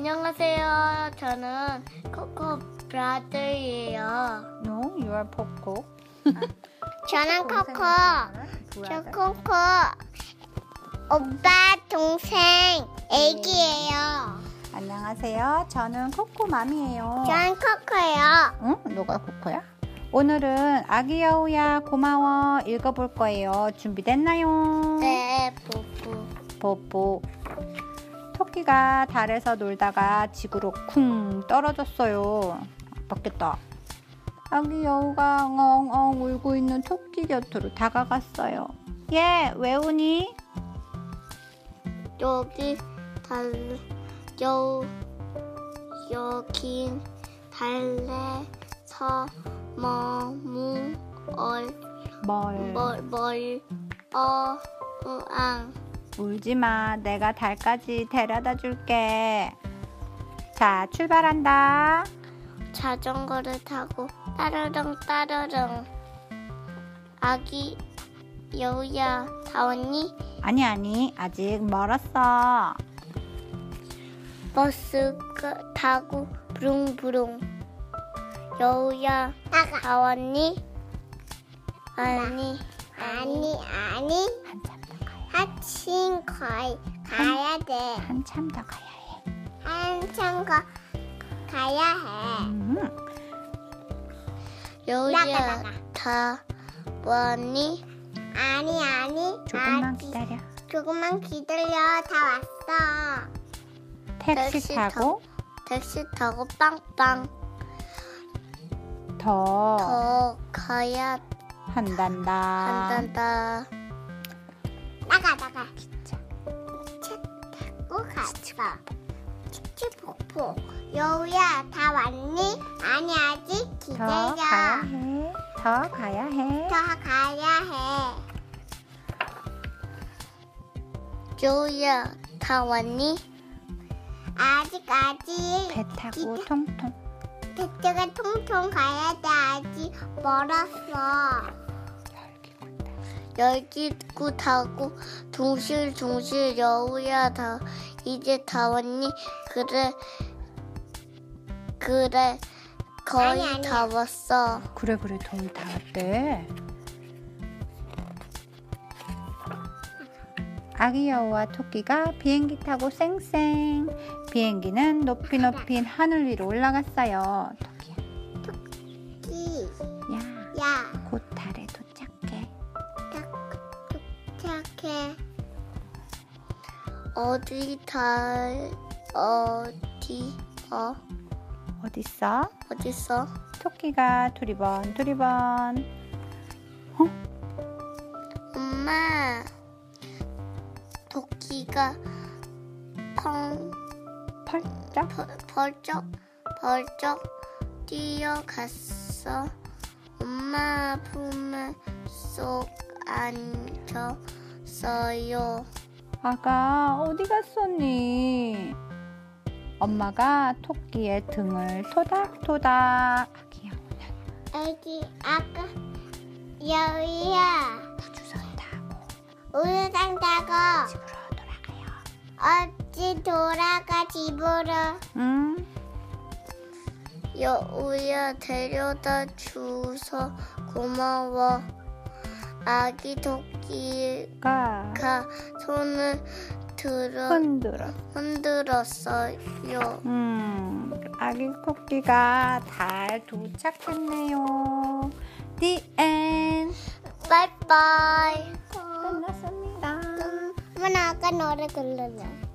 안녕하세요. 저는 코코 브라더예요. No, you are Poco. 저는 코코. 저 코코 오빠 동생 애기예요. 안녕하세요. 저는 코코 맘이에요. 저는 코코예요. 응? 너가 코코야? 오늘은 아기 여우야 고마워 읽어볼 거예요. 준비됐나요? 네, 보고. 뽀뽀. 토끼가 달에서 놀다가 지구로 쿵 떨어졌어요. 아팠겠다. 아기 여우가 엉엉 울고 있는 토끼 곁으로 다가갔어요. 예, 얘, 왜 우니? 여기 달, 여, 여긴 달래서 머무 얼, 뭘. 멀, 멀, 어, 우앙. 울지 마. 내가 달까지 데려다 줄게. 자, 출발한다. 자전거를 타고 따르릉 따르릉 아기 여우야 다 왔니? 아니, 아니. 아직 멀었어. 버스 가- 타고 부릉부릉 여우야 다 왔니? 아니 아니 아니 한참 더, 아침 거의 가야 돼 한참 더 가야 해. 한참 거 가야 음, 해 여우야 다 왔니? 아니 아니 조금만 기다려. 조금만 기다려 다 왔어. 택시 택시 타고 택시 타고 빵빵 더 더 가야 아. 한단다. 한단다. 나가 나가. 기차 타고 가자. 치치폭폭. 여우야 다 왔니? 아니 아직 더 기다려. 가야 해. 더 가야 해. 더 가야 해. 여우야 다 왔니? 아직 아직. 배 타고 통통. 배트가 통통 가야 돼. 아직 멀었어. 열기구 타고 둥실둥실 여우야 다 이제 다 왔니? 그래 그래 거의 아니, 아니. 다 왔어. 그래 그래 거의 다 왔대. 아기 여우와 토끼가 비행기 타고 쌩쌩. 비행기는 높이 높인 하늘 위로 올라갔어요. 토끼야, 기, 야, 야, 곧 달에 도착해. 착해, 어디 다 어디 어 어딨어? 어딨어? 토끼가 두리번 두리번. 엄마 도끼가 펑 펄쩍 벌- 벌쩍 벌쩍 뛰어갔어. 엄마 품에 쏙 앉았어요. 아가 어디 갔었니? 엄마가 토끼의 등을 토닥토닥 아기야 애기, 아까, 여우야, 주선다고 우유당 타고, 집으로 돌아가요 어찌 돌아가 집으로, 응 여우야 데려다 주서 고마워. 아기 도끼가 가 손을 들어 그러니까 흔들어 흔들었어요. 그 음 아기 토끼가 잘 도착했네요 디엔 바이바이. 음, 끝났습니다 엄마, 아까 노래 들르래.